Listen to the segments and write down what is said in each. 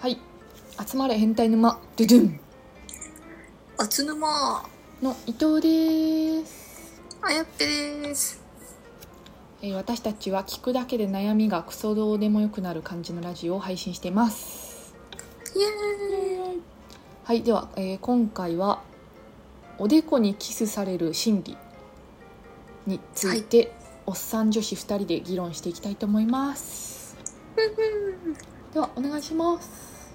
はい集まれ変態沼ドゥドゥンあつぬまの伊藤です、あやっぺですえー私たちは聞くだけで悩みがクソどうでもよくなる感じのラジオを配信していますイエーイはいでは、えー今回はおでこにキスされる心理について、おっさん女子2人で議論していきたいと思いますではお願いします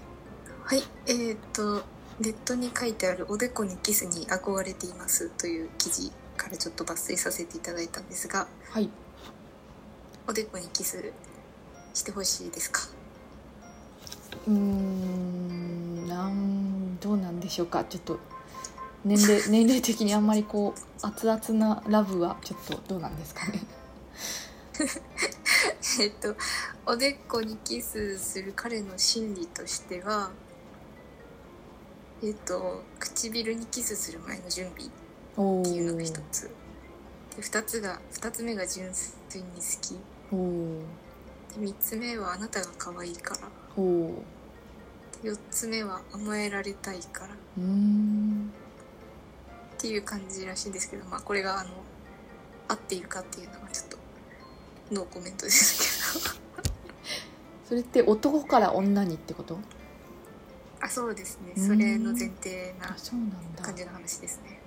はいえー、っとネットに書いてある「おでこにキスに憧れています」という記事からちょっと抜粋させていただいたんですがはいおでこにキスしてほしいですかうーんなんどうなんでしょうかちょっと年齢年齢的にあんまりこう熱々なラブはちょっとどうなんですかねえっと、おでこにキスする彼の心理としては、えっと、唇にキスする前の準備っおていうのがー一つ。で、二つが、二つ目が純粋に好おーき。で、三つ目はあなたが可愛いから。おーうで四つ目は甘えられたいから。っーんていう感じらしいんですけど、まあ、これが、あの、合っているかっていうのがちょっと、ノーコメントですけど。それって男から女にってことあ、そうですね。それの前提あなそうなんだ、感じの話ですね。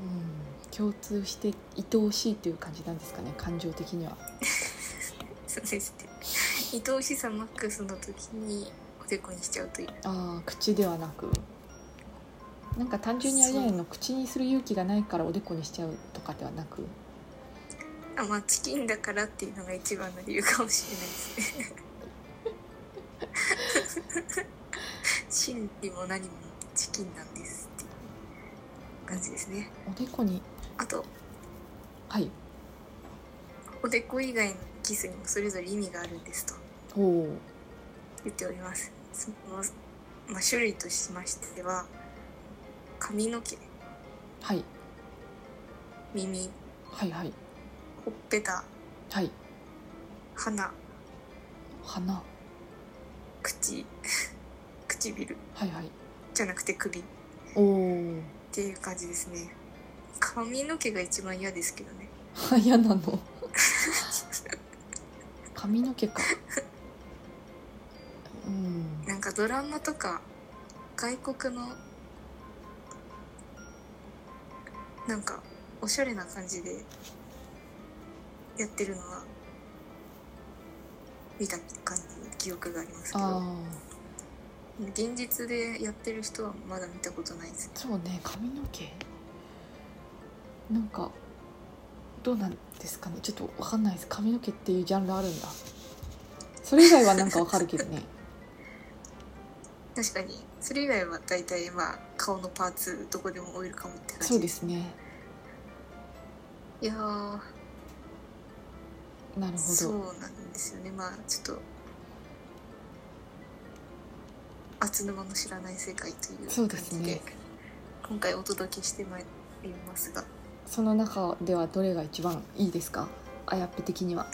うん、共通して愛おしいという感じなんですかね感情的にはそうです ね。愛おしさマックスの時におでこにしちゃうという。ああ口ではなくなんか単純にあれじゃないの口にする勇気がないからおでこにしちゃうとかではなくあ、まあチキンだからっていうのが一番の理由かもしれないですね。 心理も何もチキンなんですっていう感じですね。おでこにあと、はいおでこ以外のキスにもそれぞれ意味があるんですとおお言っております。その、まあ、種類としましては、髪の毛、はい耳、はいはいほっぺた、はい鼻、鼻は口 唇いはいじゃなくて首っおおていう感じですね髪の毛が一番嫌ですけどね 嫌なの 髪の毛かうんなんかドラマとか外国のなんかおしゃれな感じでやってるのは見た感じの記憶がありますけどあ現実でやってる人はまだ見たことないですあそうね髪の毛なんかどうなんですかねちょっとわかんないです髪の毛っていうジャンルあるんだそれ以外はなんかわかるけど ね確かにそれ以外は大体まあ顔のパーツどこでもオイルかもって感じそうですねいやーなるほそうどなんですよねまあちょっと厚沼の知らない世界という感じでそうですね今回お届けしてまいりますがその中ではどれが一番いいですかあやっぺ的には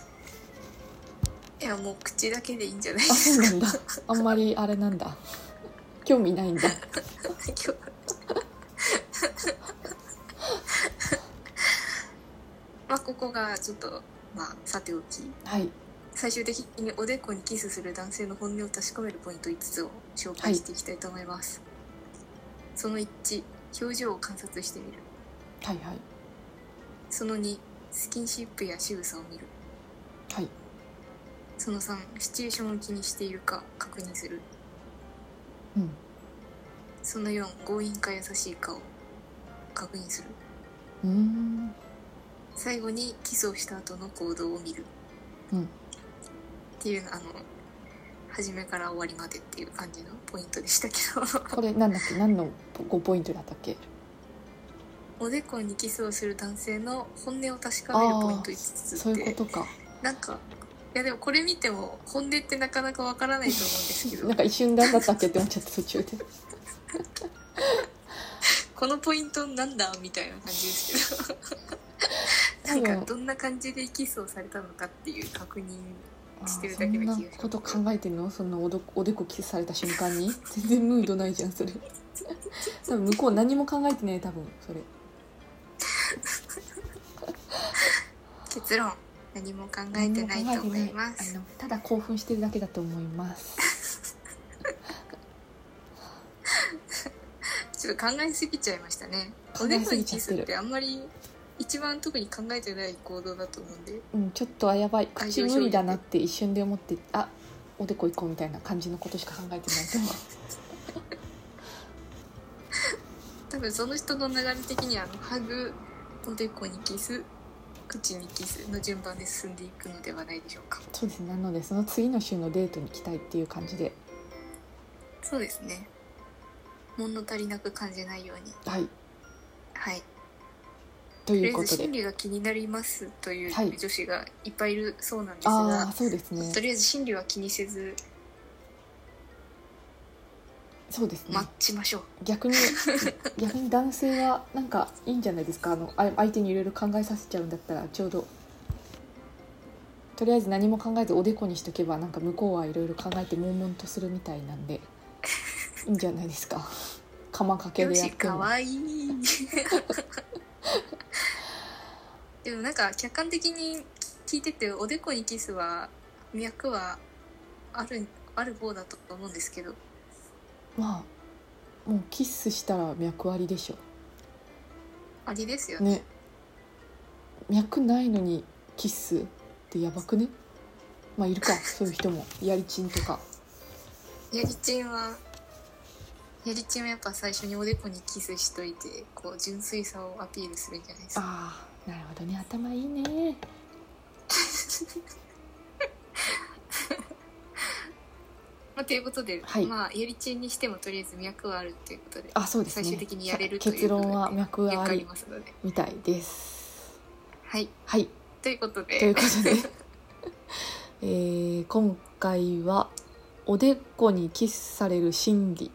いやもう口だけでいいんじゃないであそうなすんだかあんまりあれなんだ興味ないんだ今日は まあここがちょっとまあさておきはい最終的におでこにキスする男性の本音を確かめるポイント5つを紹介していきたいと思います、その1表情を観察してみるはいはいその2スキンシップや仕草を見るはいその3シチュエーションを気にしているか確認するうんその4強引か優しいかを確認するうーん最後にキスをした後の行動を見る、うんっていうあの初めから終わりまでっていう感じのポイントでしたけどこれなんだっけ何の5ポイントだったっけおでこにキスをする男性の本音を確かめるポイント5つってそういうことかなんかいやでもこれ見ても本音ってなかなかわからないと思うんですけどなんか一瞬何だったっけって思っちゃった途中でこのポイントなんだみたいな感じです けどなんかどんな感じでキスをされたのかっていう確認 してるだけなそんな気がしこますと考えてんのそんなおどおでこキスされた瞬間に全然ムードないじゃん それ多分向こう何も考えてない多分それ結論何も考えてないと思いまあすのただ興奮してるだけだと思いますちょっと考えすぎちゃいましたね考おえでこすぎにちゃキっスてるってあんまり一番特に考えてない行動だと思うんでうんちょっとあやばい愛口情表現無理だなって一瞬で思ってあおでこ行こうみたいな感じのことしか考えてないと思う多分その人の流れ的にはあのハグおでこにキス口にキスの順番で進んでいくのではないでしょうかそうですねなのでその次の週のデートに来たいっていう感じでそうですね物足りなく感じないようにはいはいとといりうあこえずとで心理が気になりますといはいう女子がいっぱいいるそうなんですが、ああーそうですねとりあえず心理は気にせずそうですね、待ちましょう、逆に逆に男性はなんかいいんじゃないですかあのあ相手にいろいろ考えさせちゃうんだったらちょうどとりあえず何も考えずおでこにしとけばなんか向こうはいろいろ考えて悶々とするみたいなんでいいんじゃないですか 釜掛けよでやっしてかもわいいでもなんか客観的に聞いてておでこにキスは脈はあるある方だと思うんですけどまあもうキスしたら脈ありでしょありですよねね脈ないのにキスってやばくねまあいる かそういう人もやりちんとかやりちんはやりちんはやっぱ最初におでこにキスしといてこう純粋さをアピールするんじゃないですかああなるほどね頭いいねまあ、ということで、はいまあやりちんにしてもとりあえず脈はあるということであそうですね最終的にやれるさという結論は脈脈はあありりますのでみたいですはいはいということでということで えー今回は「おでこにキスされる心理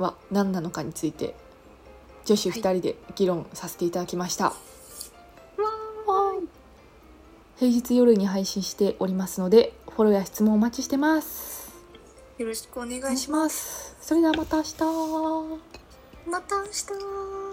は何なのか」について女子2人で議論させていただきました、平日夜に配信しておりますのでフォローや質問お待ちしてますよろしくおお願い願いししまますそれではまた明日すまた明日